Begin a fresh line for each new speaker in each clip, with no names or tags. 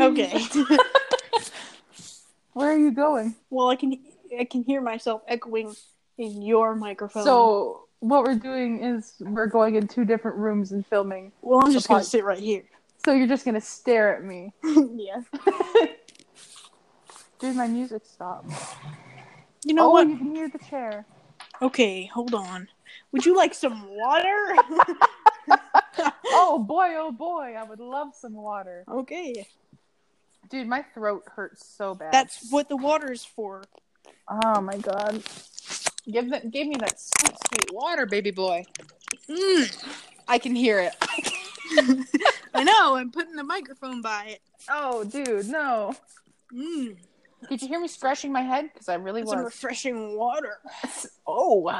Okay.
Where are you going?
well, I can I can hear myself echoing in your microphone.
So what we're doing is we're going in two different rooms and filming.
well, I'm
the
just gonna
pod-
sit right here.
So you're just gonna stare at me.
yeah.
Dude, my music stopped.
You know
oh,
what?
you can hear the chair.
Okay, hold on. Would you like some water?
Oh boy, oh boy, I would love some water.
okay.
Dude, my throat hurts so bad.
That's what the water is for.
Oh my god. Give that give me that sweet, sweet water, baby boy.
Mm,
I can hear it.
I know. I'm putting the microphone by it.
Oh, dude, no.
Mm,
Did you hear me scratching my head? Because I really
some
was.
refreshing water.
Oh,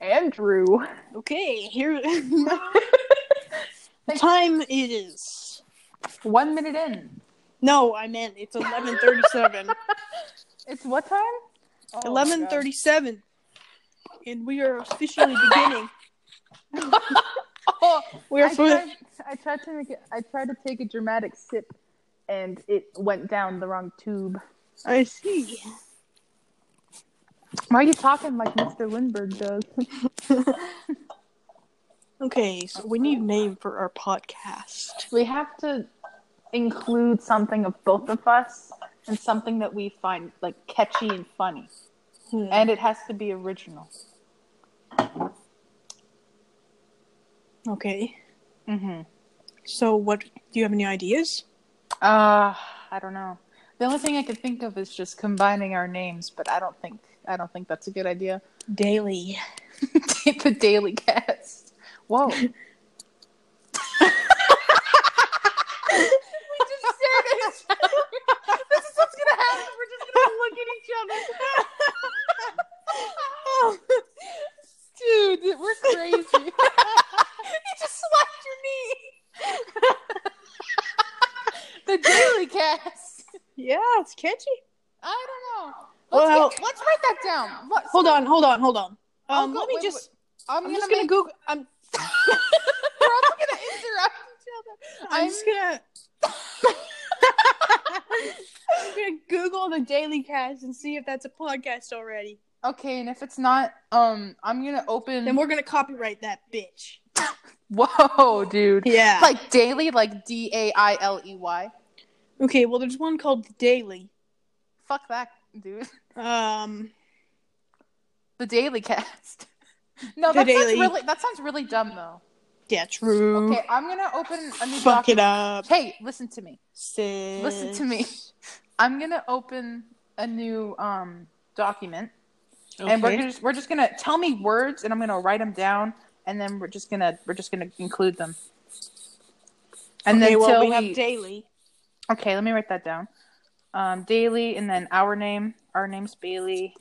Andrew.
Okay, here. the time it is.
One minute in.
No, I meant it's 11:37.
It's what time? Oh, my
11:37, and we are officially beginning.
God. Oh,
We are
I,
for-
tried, I tried to make it. I tried to take a dramatic sip, and it went down the wrong tube.
I see.
Why are you talking like Mr. Lindbergh does?
Okay, so we need a name for our podcast.
we have to include something of both of us and something that we find like catchy and funny,
Hmm.
and it has to be original.
Okay,
Mm-hmm.
so what do you have any ideas?
Uh, I don't know. The only thing I could think of is just combining our names, but I don't think I don't think that's a good idea.
Daily.
the Daily Cast. Whoa. we just stared at each other. This is what's gonna happen. We're just gonna look at each other. Dude, we're crazy. you just slapped your knee. the Daily Cast.
Yeah, it's catchy.
I don't know. Let's,
Well-
get- let's write that down. What,
Hold on, hold on, hold on.
I'll
Um,
go-
let me
wait,
just.
I'm,
I'm
gonna
just gonna
make-
Google. I'm.
We're also gonna interrupt each other.
I'm just gonna. I'm gonna Google the Daily Cast and see if that's a podcast already.
Okay, and if it's not, um, I'm gonna open.
Then we're gonna copyright that bitch.
Whoa, dude!
Yeah.
Like daily, like D A I L E Y.
okay, well, there's one called The Daily.
Fuck that, dude.
Um,
The Daily Cast. No,
The
that
Daily.
sounds really. That sounds really dumb, though.
yeah, true.
Okay, I'm gonna open a new.
Fuck it
document.
up.
Hey, listen to me.
Sis.
Listen to me. I'm gonna open a new um document, and we're
Okay.
just we're just gonna tell me words, and I'm gonna write them down, and then we're just gonna we're just gonna include them. And
Okay,
then
well,
till
we,
we-
have Daily.
Okay, let me write that down. Um, Daily, and then our name. Our name's Bailey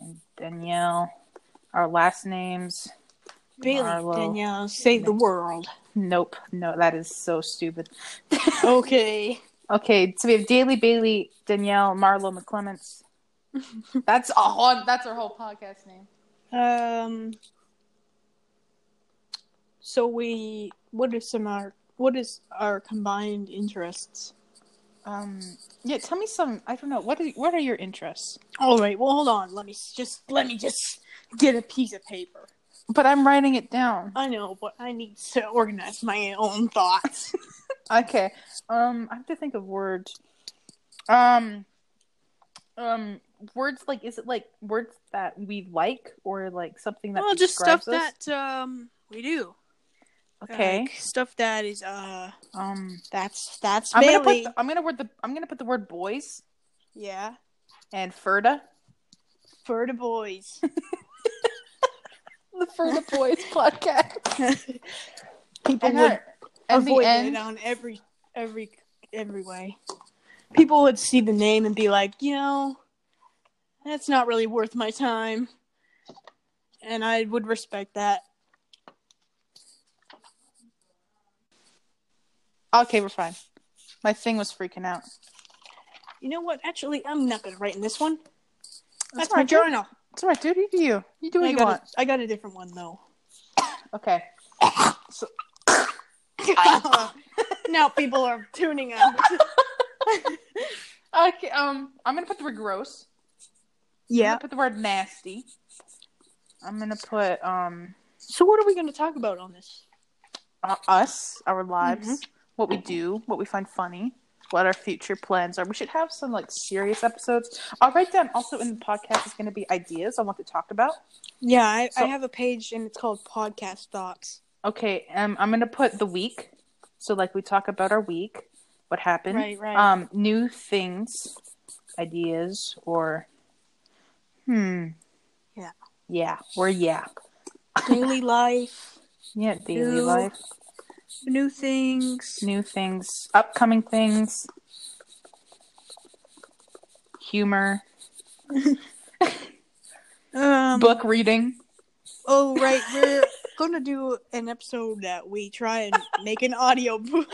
and Danielle. Our last names.
Bailey,
Marlo.
Danielle, save the world.
Nope. No, that is so stupid.
Okay.
Okay, so we have Daily, Bailey, Danielle, Marlo, McClements. That's a whole, That's our whole podcast name.
Um. So we, what is some our, what is our combined interests?
Um, yeah. Tell me some. I don't know. What are what are your interests?
All right. Well, hold on. Let me s- just let me just get a piece of paper.
But I'm writing it down.
I know, but I need to organize my own thoughts.
Okay. Um, I have to think of words. Um, um, words like is it like words that we like or like something that
well, just stuff
describes us?
that um we do.
Okay.
Like, stuff that is uh
um,
that's that's
I'm gonna put
Bailey.
the, I'm gonna word the I'm gonna put the word boys
yeah,
and Ferda.
for the boys.
The Ferda Boys podcast.
People
And,
would
her, and the
avoid
end.
it on every every every way. People would see the name and be like, you know, that's not really worth my time, and I would respect that.
Okay, we're fine. My thing was freaking out.
You know what? Actually, I'm not gonna write in this one. That's,
all
my
right, dude.
journal.
It's alright, dude. You do you. You do what
I
you
got
want.
A, I got a different one though.
Okay.
now people are tuning out.
okay, um, I'm gonna put the word gross. I'm
Yeah.
gonna put the word nasty. I'm gonna put um
So what are we going to talk about on this?
uh, us, our lives,
Mm-hmm.
what we do, what we find funny, what our future plans are. We should have some like serious episodes. I'll write down also in the podcast is going to be ideas I want to talk about.
Yeah, I,
So-
I have a page and it's called Podcast Thoughts.
Okay, um, I'm going to put the week. So like we talk about our week, what happened,
Right, right.
um, new things, ideas, or hmm,
Yeah.
yeah, or yeah,
Daily life,
yeah, daily
New-
life,
new things.
new things, upcoming things, humor.
Um,
book reading.
oh, right. We're going to do an episode that we try and make an audio book.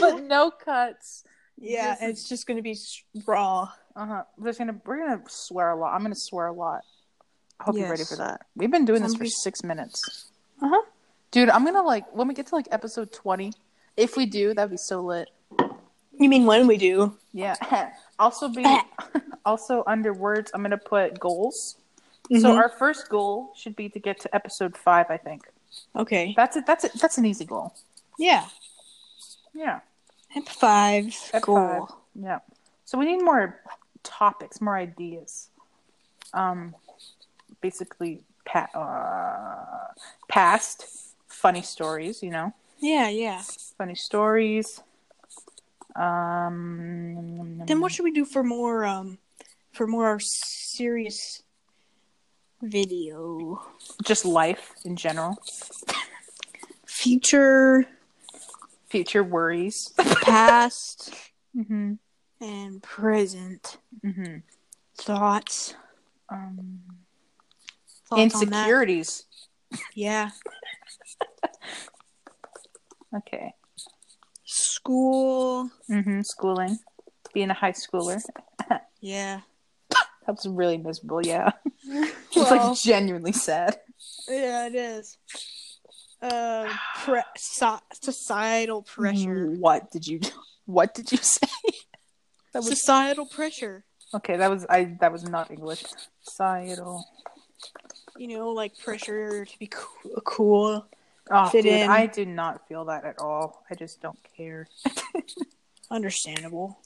but no cuts.
yeah,
This is-
it's just going to be s- raw.
Uh huh. There's gonna we're gonna swear a lot. I'm gonna swear a lot. I hope you're ready
Yes.
for that. We've been doing this
I'm
for
re-
six minutes,
Uh-huh.
dude. I'm gonna like when we get to like episode twenty, if we do, that'd be so lit.
You mean when we do?
Yeah. also be also under words. I'm gonna put goals. So
Mhm.
our first goal should be to get to episode five. I think
okay.
that's it. That's it. That's an easy goal.
Yeah.
Yeah.
Ep five.
Ep
Cool.
five. Yeah. So we need more topics, more ideas. Um, basically, pa- uh, past funny stories. You know,
Yeah, yeah.
funny stories. Um.
Then what should we do for more um for more serious video?
Just life in general.
Future,
Future worries.
past,
mm-hmm.
and present
Mm-hmm.
thoughts.
Um,
Thoughts on that?
insecurities.
Yeah.
Okay.
School.
Mm-hmm. Schooling. Being a high schooler.
Yeah.
That's really miserable. Yeah. it's
Well,
like genuinely sad.
yeah, it is. Uh, pre- so- societal pressure.
What did you What did you say? that was
Societal pressure.
okay. That was I. That was not English. Societal.
You know, like pressure to be coo- cool.
Oh,
Fit
dude,
in.
I do not feel that at all. I just don't care.
understandable.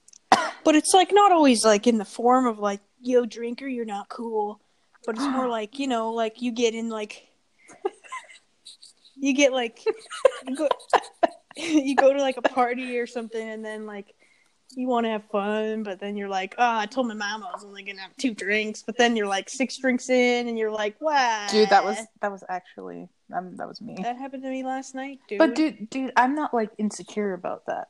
But it's like not always like in the form of like, yo, drinker, you're not cool. But it's more like, you know, like you get in like you get like you go, you go to like a party or something and then like you want to have fun, but then you're like, oh, I told my mom I was only gonna have two drinks, but then you're like six drinks in, and you're like, wow,
Dude, that was that was actually um, that was me.
that happened to me last night, dude.
But dude, dude, I'm not like insecure about that.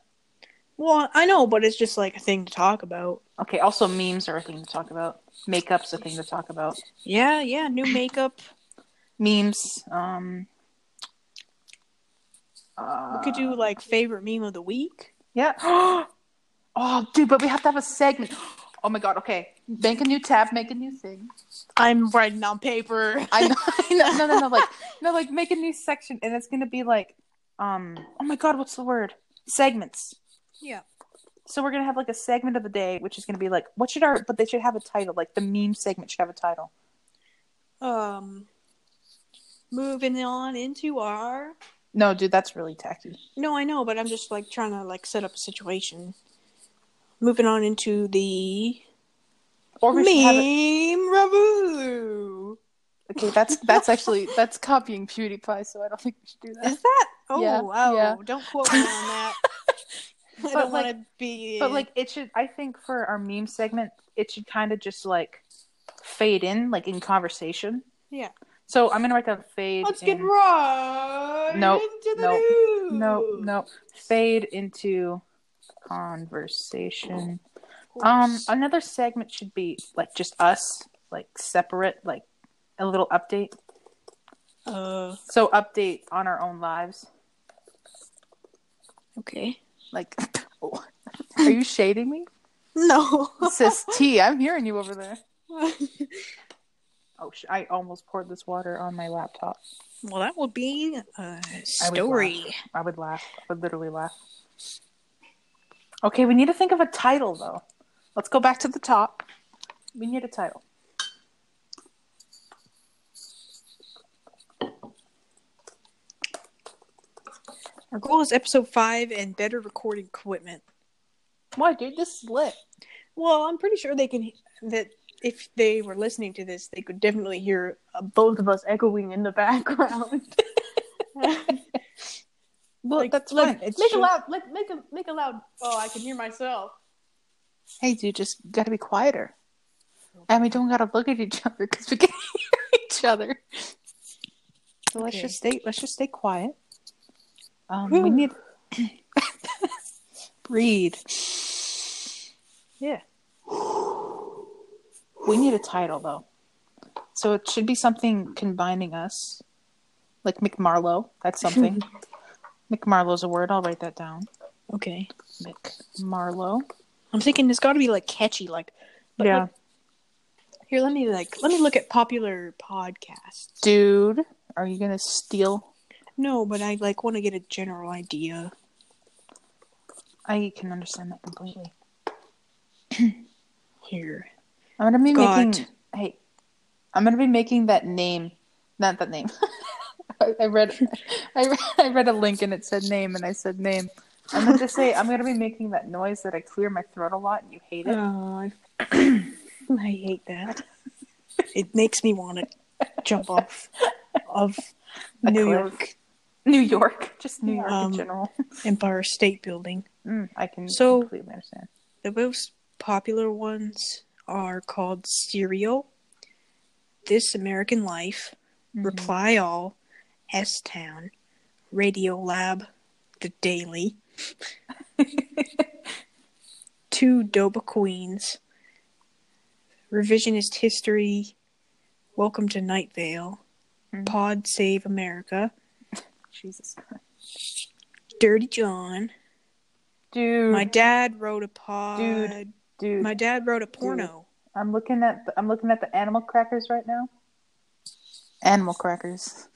well, I know, but it's just like a thing to talk about.
Okay. Also, memes are a thing to talk about. Makeup's a thing to talk about.
Yeah, yeah, new makeup,
Memes. Um. Uh,
We could do like favorite meme of the week.
Yeah. oh, dude, but we have to have a segment. Oh my god. Okay, make a new tab, make a new thing.
I'm writing on paper.
I know. no, no, no, no, like no, like make a new section, and it's gonna be like, um, oh my god, what's the word? Segments.
Yeah.
So we're gonna have like a segment of the day, which is gonna be like, what should our? But they should have a title. Like the meme segment should have a title.
Um, moving on into our.
No, dude, that's really tacky.
No, I know, but I'm just like trying to like set up a situation. Moving on into the
Or we should have it.
meme review.
Okay, that's that's actually that's copying PewDiePie, so I don't think we should do that.
Is that? Oh
Yeah,
wow!
yeah.
Don't quote me on that. I
But,
don't
like-
want to be.
But like it should I think for our meme segment, it should kind of just like fade in like in conversation.
Yeah.
So I'm gonna write down fade
let's get
in-
right
Nope,
into the
nope,
news.
no no fade into conversation.
Of
Um
course.
another segment should be like just us, like separate, like a little update.
uh,
So update on our own lives.
okay.
Like oh, are you shading me?
No.
Sis T, I'm hearing you over there. Oh, sh- I almost poured this water on my laptop.
Well, that will be a story.
I would laugh. I would literally laugh. Okay, we need to think of a title though. Let's go back to the top. We need a title.
Our goal is episode five and better recording equipment.
Why, dude? This is lit.
Well, I'm pretty sure they can that if they were listening to this, they could definitely hear uh, both of us echoing in the background.
Well,
Like,
that's
like,
fine. It's
make
just-
a loud, like, make a make a loud. Oh, I can hear myself.
Hey, dude, just gotta be quieter. And we don't gotta look at each other because we can hear each other. So let's
Okay.
just stay. Let's just stay quiet. Um, we
Whew.
need breathe.
Yeah.
We need a title though, so it should be something combining us, like McMarlowe. That's something. McMarlowe's a word. I'll write that down.
Okay.
McMarlowe.
I'm thinking it's got to be like catchy, like. but, like, here, let me like let me look at popular podcasts.
dude, are you gonna steal?
No, but I like want to get a general idea.
I can understand that completely.
Here.
I'm gonna be
Got-
making. Hey, I'm gonna be making that name. Not that name. I, I read. I read, I read a link and it said name, and I said name. I'm gonna just say I'm gonna be making that noise that I clear my throat a lot, and you hate it.
Oh, I hate that. It makes me want to jump off of
A
New
cliff.
York
New York, just New York
Um,
in general.
Empire State Building.
Mm, I can
so-
completely understand.
The most popular ones are called Serial, This American Life,
Mhm.
Reply All, S Town, Radio Lab, The Daily, Two Doba Queens, Revisionist History, Welcome to Night Vale,
Mhm.
Pod Save America,
Jesus Christ,
Dirty John.
dude,
My dad wrote a pod.
Dude. dude.
My dad wrote a porno.
I'm looking at the, I'm looking at the animal crackers right now. Animal crackers.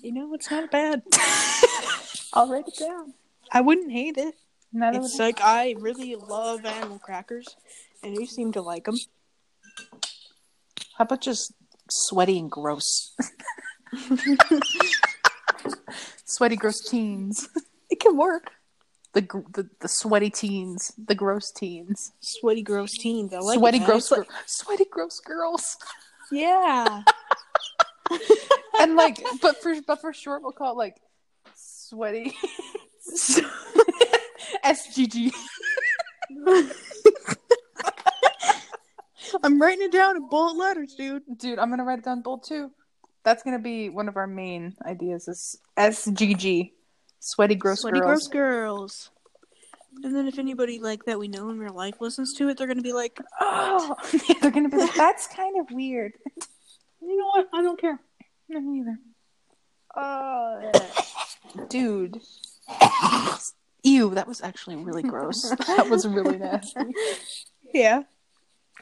You know, it's not bad.
I'll write it down.
I wouldn't hate it.
Neither
It's
would I.
like I really love animal crackers, and you seem to like them.
How about just sweaty and gross? sweaty gross teens.
It can work.
The, gr- the the sweaty teens, the gross teens,
Sweaty gross teens. I like it,
sweaty
man.
gross,
It's like-
gir- sweaty gross girls,
yeah.
and like, but for but for short, we'll call it like sweaty SGG.
I'm writing it down in bullet letters, dude.
Dude, I'm gonna write it down bold too. That's gonna be one of our main ideas is SGG, sweaty gross
Sweaty
girls.
gross girls. And then if anybody like that we know in real life listens to it, they're gonna be like,
Oh, they're gonna be like, that's kind of weird.
you know what? I don't care.
No, me either. Oh, dude. Ew, that was actually really gross. that was really nasty.
Yeah.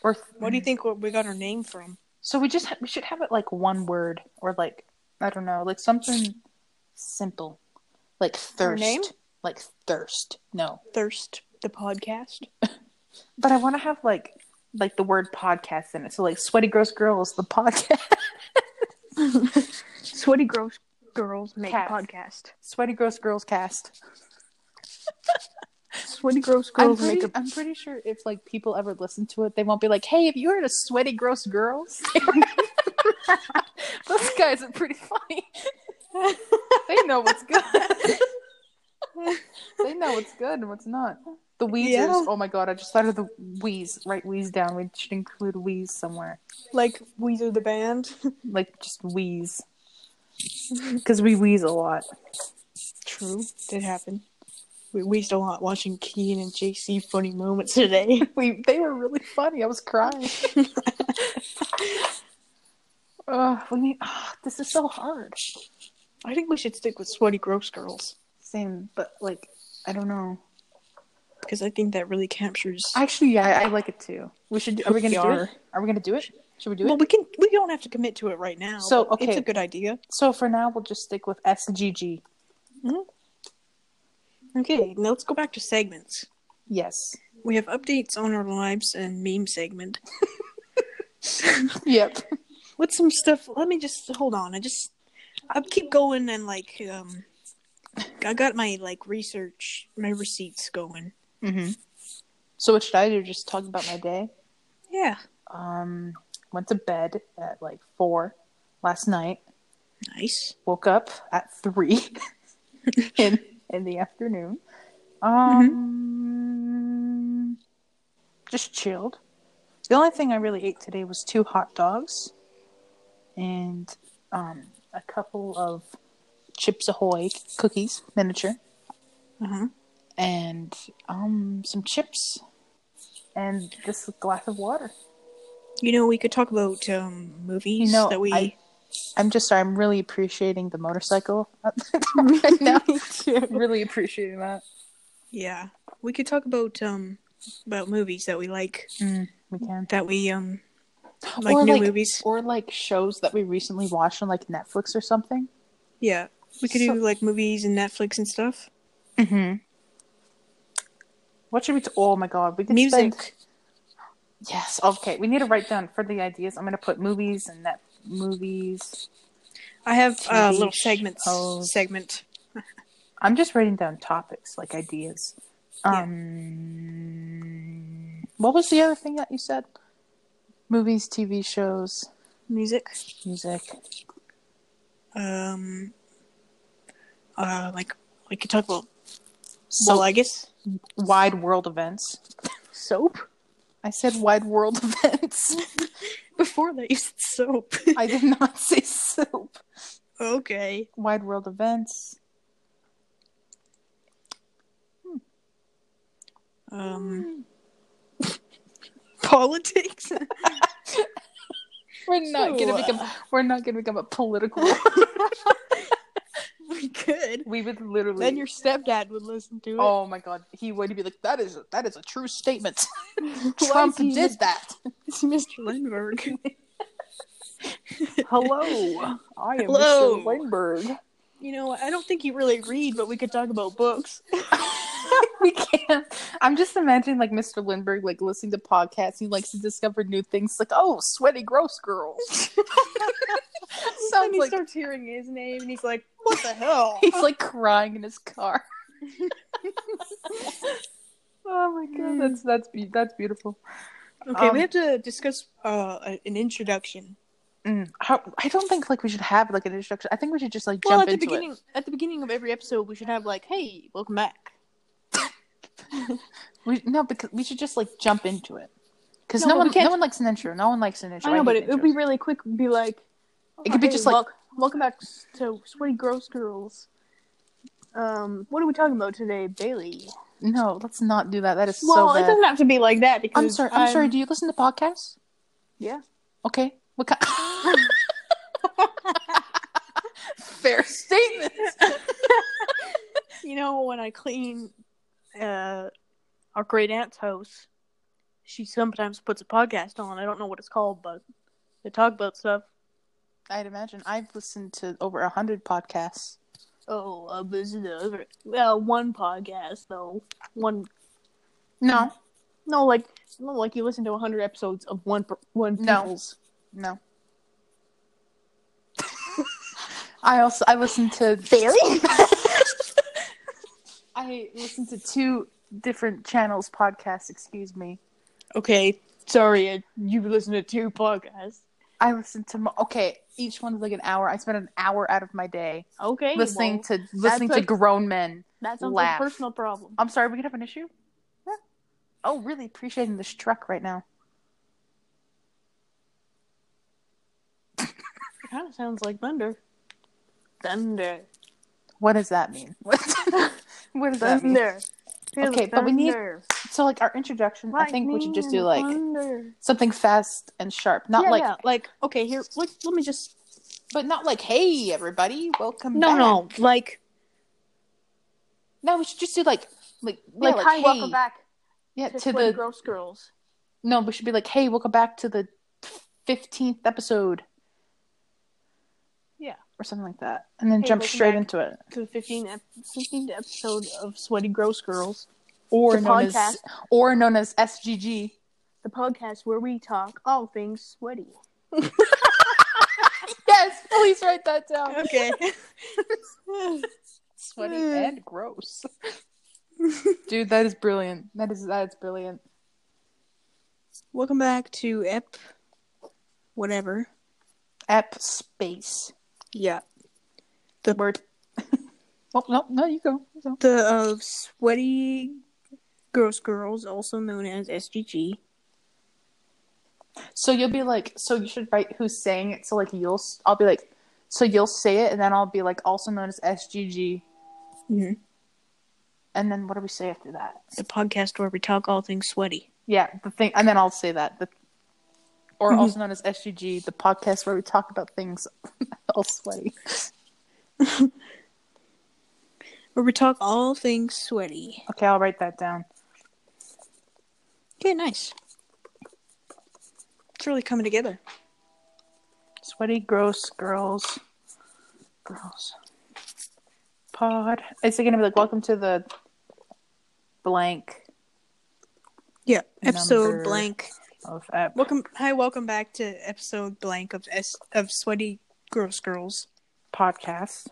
Or
What do you think we got our name from?
so we just ha- we should have it like one word or like I don't know, like something simple, like
Our
thirst,
name?
like thirst. No,
Thirst the podcast.
but I want to have like like the word podcast in it. So like sweaty gross girls, the podcast.
Sweaty gross girls make
Cast.
podcast.
sweaty gross girls cast.
Sweaty gross
I'm
girls
pretty,
make a
I'm pretty sure if like people ever listen to it, they won't be like, "Hey, have you heard of Sweaty Gross Girls?" Those guys are pretty funny. they know what's good. they know what's good and what's not. The Weezers.
Yeah.
Oh my god, I just thought of the Wheeze. Write Wheeze down. We should include Wheeze somewhere,
like Weezer the band.
like just Wheeze, because we wheeze a lot.
True, did happen. We wheezed a lot watching Keen and JC funny moments today.
We they were really funny. I was crying. Ugh, we need. ah, this is so hard.
I think we should stick with sweaty gross girls
Same, but like I don't know.
because I think that really captures.
Actually, yeah, I like it too. We should. Are we gonna do it? Are we gonna do it? Should we do
well,
it?
we can. We don't have to commit to it right now.
So,
but it's
okay.
a good idea.
So for now, we'll just stick with SGG.
Mhm. Okay, now let's go back to segments.
Yes.
We have updates on our lives and meme segment.
Yep.
With some stuff, let me just hold on. I just I keep going and like um I got my like research, my receipts going.
Mm-hmm. So what should I do? Just talk about my day.
Yeah,
Um, went to bed at like four last night.
nice.
Woke up at three in in the afternoon. Um, just chilled. The only thing I really ate today was two hot dogs and um, a couple of Chips Ahoy cookies, miniature
Uh-huh.
and um some chips and this glass of water.
You know, we could talk about um movies
You know,
that we
I- I'm just sorry, I'm really appreciating the motorcycle right now. really appreciating that.
yeah, we could talk about um about movies that we like
We can.
that we um like
or
new
like
movies.
or like shows that we recently watched on like Netflix or something.
Yeah. We could
So-
do like movies and Netflix and stuff.
Mm-hmm. What should we t- oh my god, we could
Music.
spend- Yes, okay. We need to write down for the ideas. I'm gonna put movies and net movies.
I have a uh,
TV
little segments
shows.
segment.
I'm just writing down topics like ideas. Um, what was the other thing that you said? Movies, TV shows,
Music.
music.
Um uh like we could talk about
So
well, I guess
wide world events.
soap.
I said wide world events.
Before that you said soap.
I did not say soap.
okay.
Wide world events.
Um politics.
We're not gonna
So, uh,
become. We're not gonna become a political.
we could.
we would literally.
Then your stepdad would listen to it.
Oh my god, he would be like, "That is a, that is a true statement."
Why
Trump
is he-
did that.
It's Mr. Lindbergh.
Hello, I am
Hello.
Mr. Weinberg.
You know, I don't think you really read, but we could talk about books.
we can't. I'm just imagining like Mr. Lindbergh like listening to podcasts. He likes to discover new things. Like, oh, sweaty gross girls.
and
Sounds
he
like
starts hearing his name, and he's like, "What the hell?"
he's like crying in his car. oh my
Mm.
god, that's that's be- that's beautiful.
okay,
Um,
we have to discuss uh, a- an introduction.
Mm, how, I don't think like we should have like an introduction. I think we should just like
Well,
jump
at the
into
beginning, at the beginning of every episode, we should have like, "Hey, welcome back."
it. We, no, because we should just like jump into it. Because
No,
no,
but
one
we can't-
no one likes an intro. No one likes an intro.
I know, but
hate
it would
intros.
be really quick. Be like,
It could be just like-
welcome, welcome back to Sweaty Gross Girls." Um, what are we talking about today, Bailey?
no. Let's not do that. That is
well,
so bad.
it doesn't have to be like that because
I'm sorry. I'm, sorry. Do you listen to podcasts?
Yeah.
Okay. What kind? Fair statement.
You know, when I clean uh, our great aunt's house, she sometimes puts a podcast on. I don't know what it's called, but they talk about stuff.
I'd imagine I've listened to over a hundred podcasts.
Oh, uh, this is the other. Well, one podcast though. One
No,
no, like no, like you listen to hundred episodes of one per- one
No.
people's.
no. I also I listened to
Barely?
I listened to two different channels podcasts. Excuse me.
Okay, sorry, uh, you listen to two podcasts.
I listened to mo- okay. Each one is like an hour. I spent an hour out of my day
Okay,
listening
well,
to listening to
like-
grown men.
that sounds
laugh.
like a personal problem.
I'm sorry, we could have an issue? Oh, really appreciating this truck right now.
It kind of sounds like thunder. Thunder.
What does that mean? What, what does that mean?
Thunder. Feel
Okay,
the
but we need-
thunder.
So, like, our introduction, I think we should just do, like,
thunder.
something fast and sharp. Not
yeah,
like,
yeah, like okay, here let, let me just
but not like, hey, everybody, welcome
No,
back.
no, like
No, we should just do, like, like, yeah,
like,
like,
hi,
hey.
welcome back
Yeah,
to,
to
Sweaty
the,
Gross Girls.
no, we should be like, hey, welcome back to the 15th episode.
Yeah.
or something like that, and then
Hey,
jump
welcome
straight
back.
into it.
to the 15th, ep- 15th episode of Sweaty Gross Girls,
Or
The
known as
podcast.
or known as SGG.
the podcast where we talk all things sweaty.
Yes, please write that down.
Okay.
Sweaty and gross. Dude, that is brilliant. That is that is brilliant.
Welcome back to Ep. Whatever.
App space.
Yeah.
Word. well, Oh, no, no, you go. You go.
The of Sweaty Gross Girls, also known as SGG.
So you'll be like, so you should write who's saying it. So like you'll, s- I'll be like, so you'll say it, and then I'll be like, also known as SGG. Mm-hmm.
Mhm.
And then what do we say after that?
The podcast where we talk all things sweaty.
Yeah, the thing, and then I'll say that. The, or
Mhm.
also known as SGG, the podcast where we talk about things all sweaty.
Where we talk all things sweaty.
Okay, I'll write that down.
Okay, nice. It's really coming together.
Sweaty, gross girls. Girls. Pod. Is it going to be like, welcome to the blank
Yeah. Episode
Number-
blank.
of app?
Welcome hi, welcome back to episode blank of S of Sweaty Gross Girls.
podcast,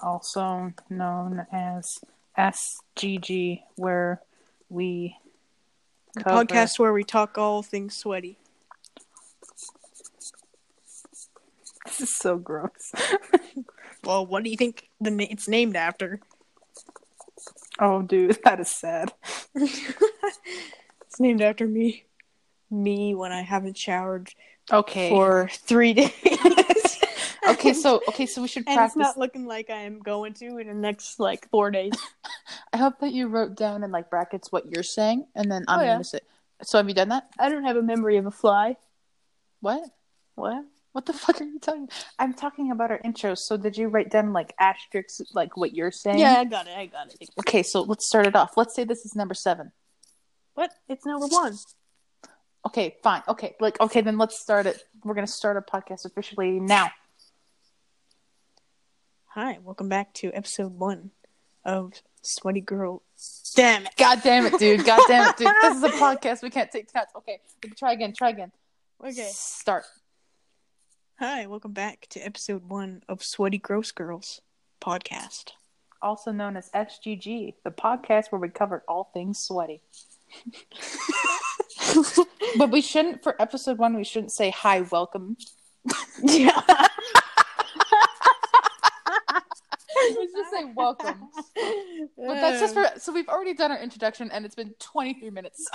also known as SGG, where we
The
cover-
podcast where we talk all things sweaty.
This is so gross.
Well, what do you think the na- it's named after?
oh, dude, that is sad.
It's named after me. Me when I haven't showered
Okay.
for three days.
okay, so okay, so we should
and it's
practice.
not looking like I am going to in the next like four days.
I hope that you wrote down in like brackets what you're saying, and then
Oh,
I'm
yeah.
gonna say. So have you done that?
I don't have a memory of a fly.
What?
What?
What the fuck are you talking? I'm talking about our intros. So did you write down like asterisks, like what you're saying?
Yeah, I got it. I got it.
Okay, so let's start it off. Let's say this is number seven.
What? It's number one.
Okay, fine. Okay, like okay, then let's start it. We're gonna start a podcast officially now.
Hi, welcome back to episode one of Sweaty Girl. Damn it.
God damn it, dude! God damn it, dude! This is a podcast. We can't take cuts. Okay, we can try again. Try again.
Okay.
Start.
Hi, welcome back to episode one of Sweaty Gross Girls podcast.
Also known as SGG, the podcast where we cover all things sweaty. But we shouldn't for episode one. We shouldn't say hi, welcome.
yeah.
We should say welcome. But that's
Uh,
just for so we've already done our introduction and it's been 23 minutes.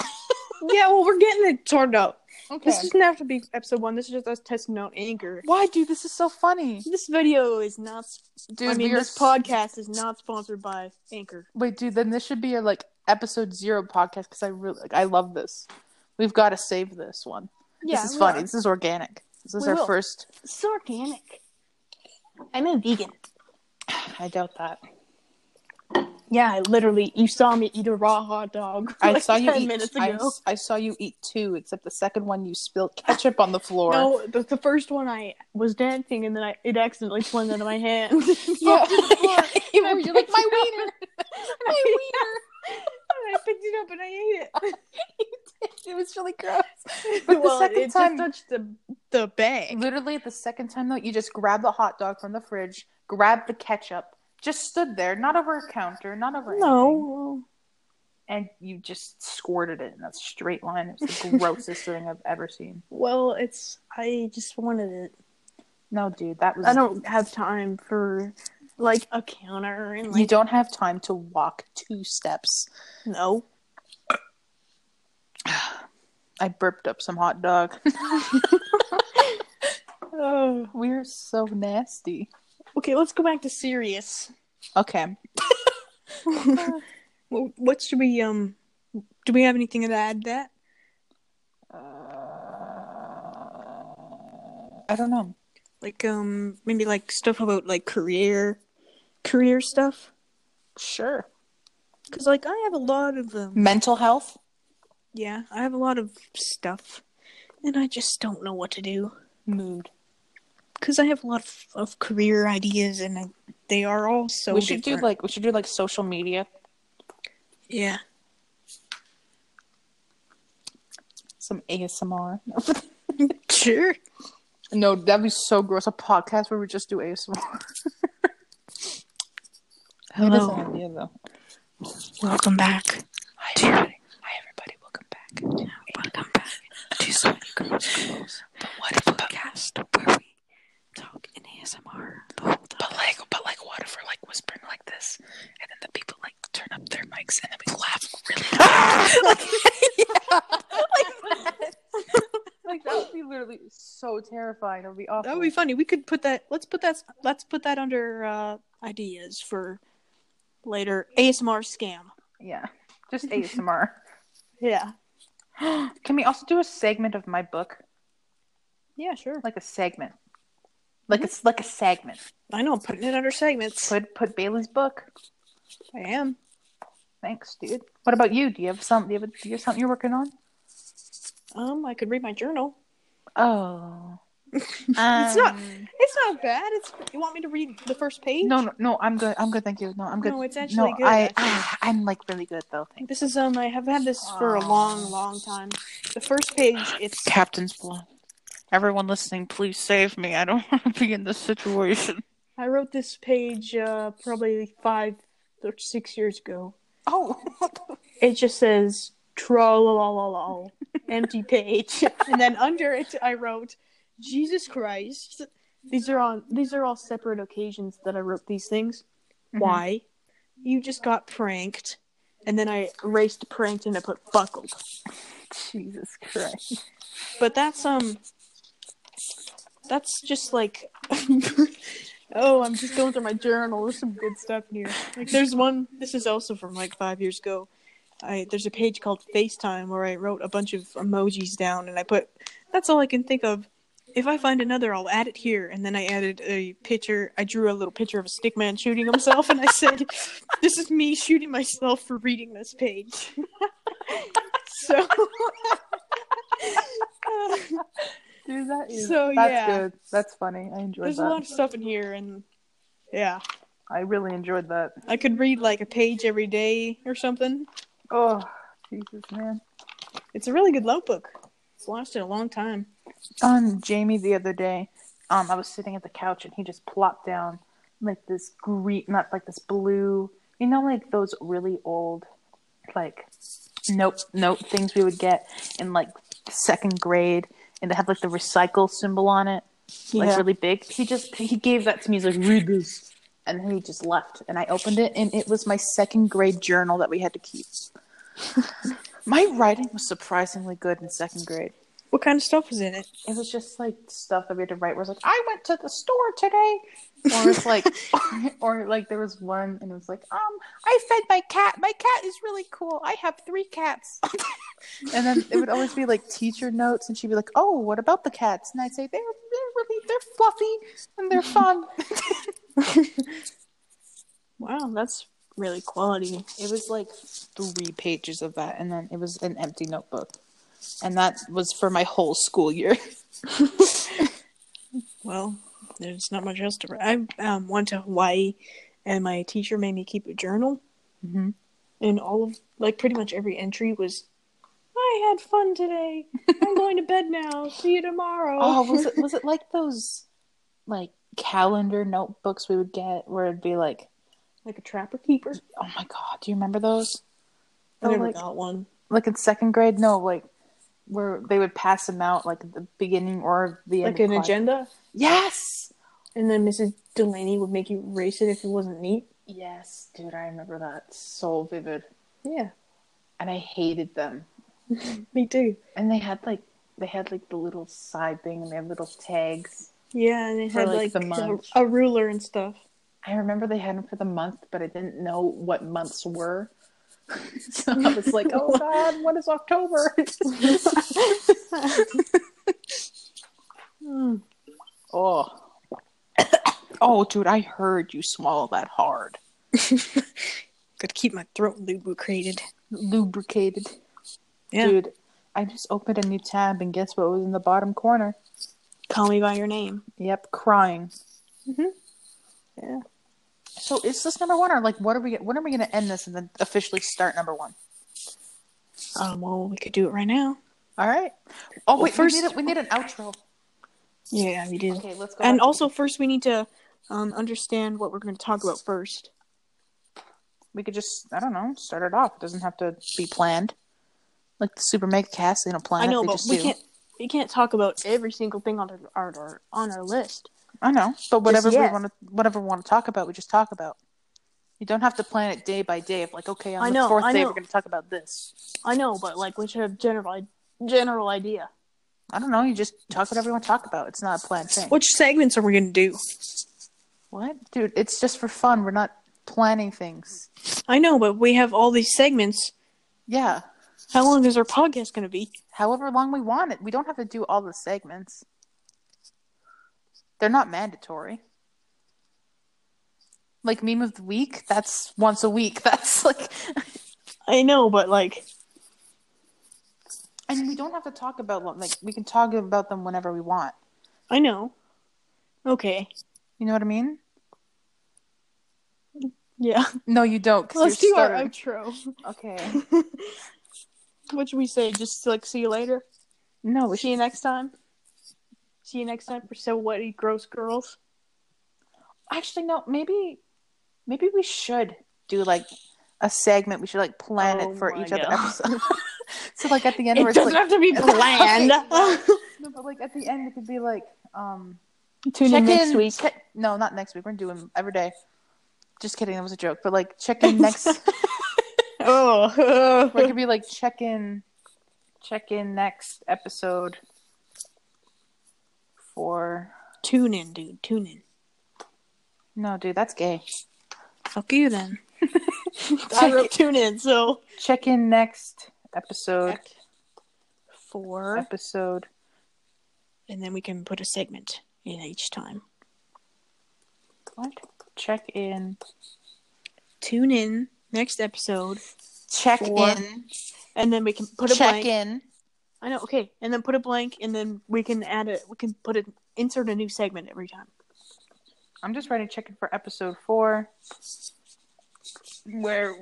Yeah, well, we're getting it turned out.
okay.
This doesn't have to be episode one. This is just us testing out anger.
Why, dude? This is so funny,
This video is not.
dude.
I mean,
we are
this podcast is not sponsored by Anchor.
Wait, dude, then this should be a like episode zero podcast because I really like, I love this. We've got to save this one. this is funny. This is organic. This is
We
our
will.
first.
It's organic. I'm a vegan.
I doubt that.
Yeah, I literally. You saw me eat a raw hot dog.
I
like
saw you
10
eat.
minutes
I,
ago.
I saw you eat two, except the second one you spilled ketchup on the floor.
No, the, the first one I was dancing and then I it accidentally swung out of my hand.
Yeah.
I
You were- you're like my wiener, my
Yeah.
wiener.
picked it up and I ate it.
It was really gross.
But
the second
it
time-
just touched the the bag.
Literally, the second time though, you just grabbed the hot dog from the fridge, grabbed the ketchup, just stood there, not over a counter, not over anything.
No,
and you just squirted it in a straight line. It was the grossest thing I've ever seen.
well, it's I just wanted it.
No, dude, that was.
I don't have time for like a counter and
You
like
don't have time to walk two steps.
no.
I burped up some hot dog. oh, we're so nasty.
Okay, let's go back to serious.
Okay.
Wh- Uh, what should we um? Do we have anything to add to that?
Uh, I don't know.
Like um, maybe like stuff about like career, career stuff.
Sure.
Cause like I have a lot of um,
Mental health.
yeah, I have a lot of stuff, and I just don't know what to do.
Mood.
because I have a lot of, of career ideas, and I, they are all so.
we should
different.
do like we should do like social media.
yeah.
Some ASMR.
Sure.
No, that'd be so gross. A podcast where we just do ASMR. It is an
Hello.
idea though.
Welcome back.
Hi everybody. Hi everybody. Welcome back.
Welcome back to Sweaty Girls Girls, the what podcast where we talk in ASMR the whole time.
But like, but like, what if we're like whispering like this, and then the people like turn up their mics, and then we laugh really loud. like, that. like that would be literally so terrifying. It would be awful.
That would be funny. We could put that. Let's put that. Let's put that under uh, ideas for later ASMR scam.
yeah, just ASMR.
Yeah.
Can we also do a segment of my book,
Yeah. Sure.
like a segment, like a like a segment?
I know. I'm putting it under segments.
Put put Bailey's book.
I am.
Thanks, dude. What about you? Do you have some? Do you have, a, do you have something you're working on?
Um. I could read my journal.
Oh, Um,
It's not- It's not bad. It's. You want me to read the first page?
No, no, no. I'm good. I'm good. Thank you. No, I'm good.
No, it's actually
no,
good,
I,
actually.
ah, I'm like really good though. Thank
This is um. I have had this for a long, long time. The first page. It's.
Captain's blood. Everyone listening, please save me. I don't want to be in this situation.
I wrote this page uh, probably five or six years ago.
Oh,
It just says troll empty page, and then under it I wrote Jesus Christ. These are on. These are all separate occasions that I wrote these things. Why? You just got pranked, and then I erased pranked and I put buckled.
Jesus Christ.
But that's um. That's just like. Oh, I'm just going through my journal. There's some good stuff in here. Like, there's one. This is also from like five years ago. I there's a page called FaceTime where I wrote a bunch of emojis down, and I put. That's all I can think of. If I find another, I'll add it here. And then I added a picture. I drew a little picture of a stick man shooting himself, and I said, "This is me shooting myself for reading this page." so. uh,
Dude, that is
So,
that's
yeah.
good. That's funny. I enjoyed
There's
that.
a lot of stuff in here, and yeah,
I really enjoyed that.
I could read like a page every day or something.
Oh, Jesus, man.
It's a really good notebook. It's lasted a long time.
um Jamie the other day, um I was sitting at the couch and he just plopped down like this green not like this blue you know like those really old like note note things we would get in like second grade and they have like the recycle symbol on it like
Yeah.
really big. He just he gave that to me. He's like, read this, and then he just left. And I opened it, and it was my second grade journal that we had to keep. my writing was surprisingly good in second grade.
What kind of stuff was in it?
It was just like stuff that we had to write. Where it's like, I went to the store today, or it's like, or, or like there was one, and it was like, um, I fed my cat. My cat is really cool. I have three cats. and then it would always be like teacher notes, and she'd be like, Oh, what about the cats? And I'd say they're they're really they're fluffy and they're fun.
Wow, that's really quality.
It was like three pages of that, and then it was an empty notebook, and that was for my whole school year.
Well, there's not much else to write. I um, went to Hawaii, and my teacher made me keep a journal,
Mm-hmm.
and all of like pretty much every entry was. I had fun today. I'm going to bed now. See you tomorrow.
Oh, was it was it like those like calendar notebooks we would get where it'd be like,
like a trapper keeper.
oh my god, do you remember those?
I
Oh,
never
like-
got one.
Like in second grade, no, like where they would pass them out like at the beginning or the end.
Like
of
an
class.
agenda.
Yes,
And then Mrs. Delaney would make you erase it if it wasn't neat.
yes, dude, I remember that so vivid,
Yeah,
and I hated them.
me too.
And they had like they had like the little side thing and their little tags.
Yeah, and it
For,
had
like,
like,
the
a-
month.
a, ruler and stuff.
I remember they had them for the month, but I didn't know what months were. so I was like, oh god, what is October?
Hmm.
oh. oh, dude, I heard you swallow that hard.
Gotta keep my throat lubricated.
Lubricated.
Yeah.
Dude, I just opened a new tab and guess what was in the bottom corner?
Call me by your name.
Yep, crying. Mm-hmm.
Yeah.
So is this number one or like what are we when are we gonna end this and then officially start number one?
Um, well, we could do it right now.
All right. Oh
Well,
wait,
first-
we need a, we need an outro.
Yeah, we do.
Okay, let's go.
And
back.
also, first we need to um, understand what we're going to talk about first.
we could just I don't know start it off. It doesn't have to be planned. Like the Super Mega Cast, they don't plan.
I
it,
know,
they
but
just
we
do.
can't we can't talk about every single thing on our, our, our on our list.
I know, but whatever we
yet.
want to whatever we want to talk about, we just talk about. You don't have to plan it day by day. Of like, okay, on
I
the
know,
fourth
I
day
know.
we're going to talk about this.
I know, but like we should have general general idea.
I don't know. You just talk whatever you want to talk about. It's not a planned thing.
Which segments are we going to do?
What, dude? It's just for fun. We're not planning things.
I know, but we have all these segments.
Yeah,
How long is our podcast going to be?
however long we want it. We don't have to do all the segments. They're not mandatory. Like meme of the week, that's once a week. That's like,
I know, but like
and we don't have to talk about them. Like we can talk about them whenever we want.
I know. Okay.
You know what I mean?
Yeah.
No, you don't. 'cause
Let's do
you're
our
stuttering.
outro.
Okay.
what should we say? Just like see you later.
No, we
See
should.
you next time. See you next time for so what Eat gross girls.
Actually, no. Maybe, maybe we should do like a segment. We should like plan
Oh
it for
my
each other
God.
episode. so like at the end,
It
where it's
doesn't
like,
have to be planned.
no, but like at the end, it could be like, um,
Tune
check
in next
in-
week.
che- no, not next week. We're doing them every day. Just kidding. That was a joke. But like, check in next.
Oh,
or it could be like check in, check in next episode. For
tune in, dude. Tune in.
no, dude, that's gay.
Fuck you then. I wrote tune in, so
Check in next episode.
four,
Episode.
and then we can put a segment in each time.
What? Check in.
Tune in next episode,
Check
Four.
in.
and then we can put a
check
blank.
in.
I know, okay, and then put a blank, and then we can add it. We can put it. Insert a new segment every time.
I'm just writing check in for episode four, where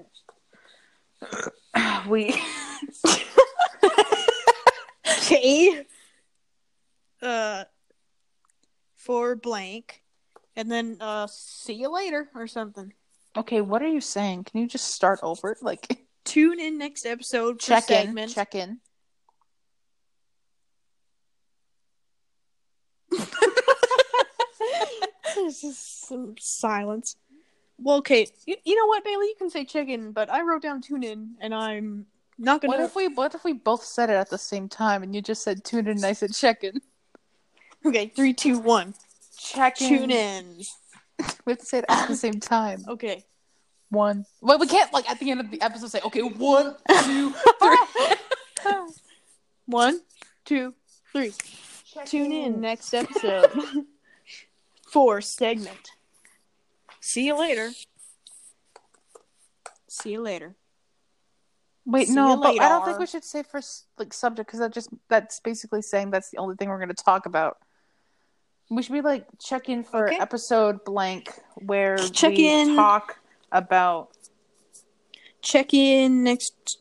we.
Okay. Uh, for blank, and then uh, see you later or something.
Okay, what are you saying? Can you just start over? Like
Tune in next episode. For
check in.
segment.
Check in.
There's just some silence. Well, okay, you, you know what, Bailey? You can say chicken, but I wrote down tune in, and I'm not
What
gonna.
if we what if we both said it at the same time and you just said tune in and I said check in?
Okay, three, two, one.
Check
Tune in.
We have to say it at the same time.
Okay.
One. Well, we can't like at the end of the episode say, okay, one, two, three.
One, two, three.
Check
Tune in next episode. Four segment. See you later. See you later.
Wait,
See
no,
you
but I don't think
later.
we should say for s- like subject because that just that's basically saying that's the only thing we're going to talk about. We should be like check in for
Okay.
episode blank where
Check
we
in.
talk about
Check in next.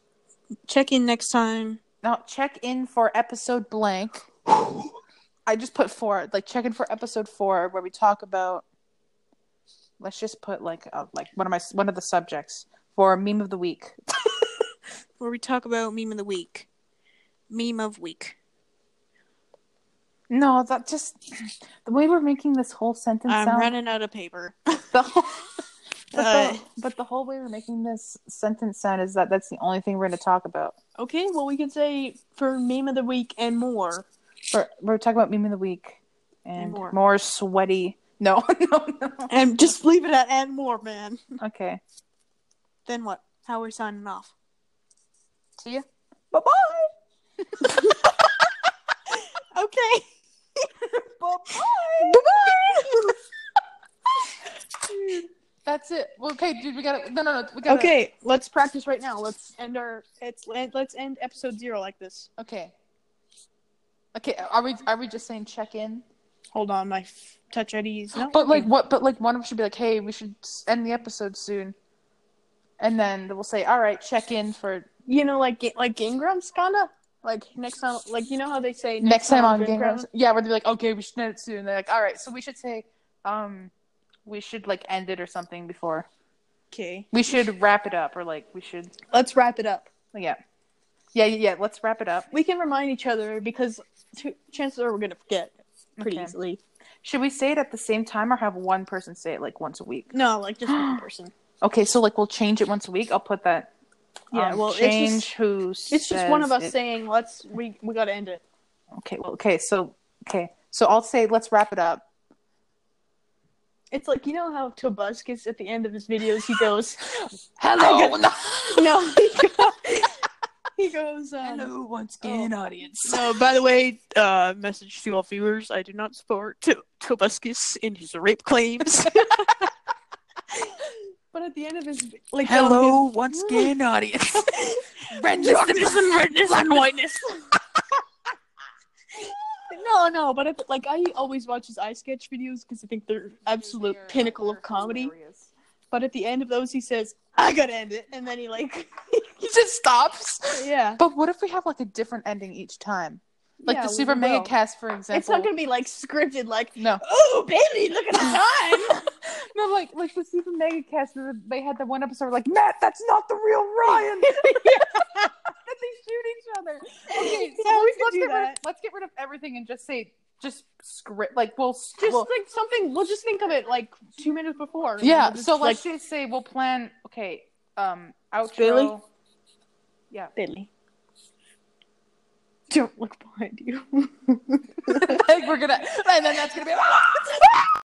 Check in next time.
now check in for episode blank. I just put four like check in for episode four where we talk about. Let's just put like uh, like one of my one of the subjects for meme of the week.
where we talk about meme of the week. Meme of week.
No, that just the way we're making this whole sentence
I'm
sound.
running out of paper.
the whole, but,
Uh,
the, but the whole way we're making this sentence sound is that that's the only thing we're going to talk about.
Okay, well we could say for meme of the week and more.
We're, we're talking about meme of the week and,
And more.
more. sweaty. No, no, no.
And just leave it at and more, man.
Okay.
Then what? How we are signing off?
See ya. Bye bye.
Okay.
Bye
Bye-bye.
bye. That's it. Well, okay, dude, we got to. No, no, no. We got
okay, let's practice right now. Let's end our it's let's end episode 0 like this.
Okay. Okay. Are we are we just saying check in?
Hold on, my f- touch IDs. No,
But like what? But like one of us should be like, "Hey, we should s- end the episode soon," and then we'll say, "All right, check in for
you know, like Ga- like Game Grumps, kinda. Like next time, like you know how they say
next time on Game
Game
Grumps." Yeah, where they're like, "Okay, we should end it soon." They're like, "All right," so we should say, "Um, we should like end it or something before
Okay,
we should wrap it up or like we should
let's wrap it up.
yeah, yeah, yeah. yeah, Let's wrap it up.
We can remind each other because t- chances are we're gonna forget pretty
Okay.
easily.
Should we say it at the same time or have one person say it like once a week?
No, like just one person.
Okay, so like we'll change it once a week. I'll put that.
Yeah,
um,
well, it's
change
just-
who.
It's just one of
says
us
it.
saying, "Let's we we gotta end it."
Okay, well, okay, so okay, so I'll say let's wrap it up.
It's like you know how Tobuscus at the end of his videos he goes,
Hello,
no, he goes, he goes um,
hello, once
again,
audience.
So, by the way, uh, message to all viewers: I do not support to- Tobuscus in his rape claims. but at the end of his like, um, Mm.
Hello, once again, audience. Red darkness and redness and whiteness.
no, no. But if, like, I always watch his eye sketch videos because I think they're absolute pinnacle of comedy. But at the end of those, he says, "I gotta end it," and then he like,
He just stops.
yeah,
But what if we have like a different ending each time? Like
Yeah,
the
we
Super
will.
Mega Cast, for example.
It's not gonna be like scripted, like,
No,
"Oh, baby, look at the time."
no, like like the Super Mega Cast. They had that one episode where like Matt, that's not the real Ryan. and they shoot each other. Okay, so
Yeah, we
let's,
could
let's
do
get rid of,
that.
let's get rid of everything and just say just script like we'll
just
we'll-
like something we'll just think of it like two minutes before and
yeah.
we'll just,
So let's just say we'll plan. Okay, um, outro.
Really?
Yeah,
Billy don't look behind you
Like, we're gonna, and then that's gonna be.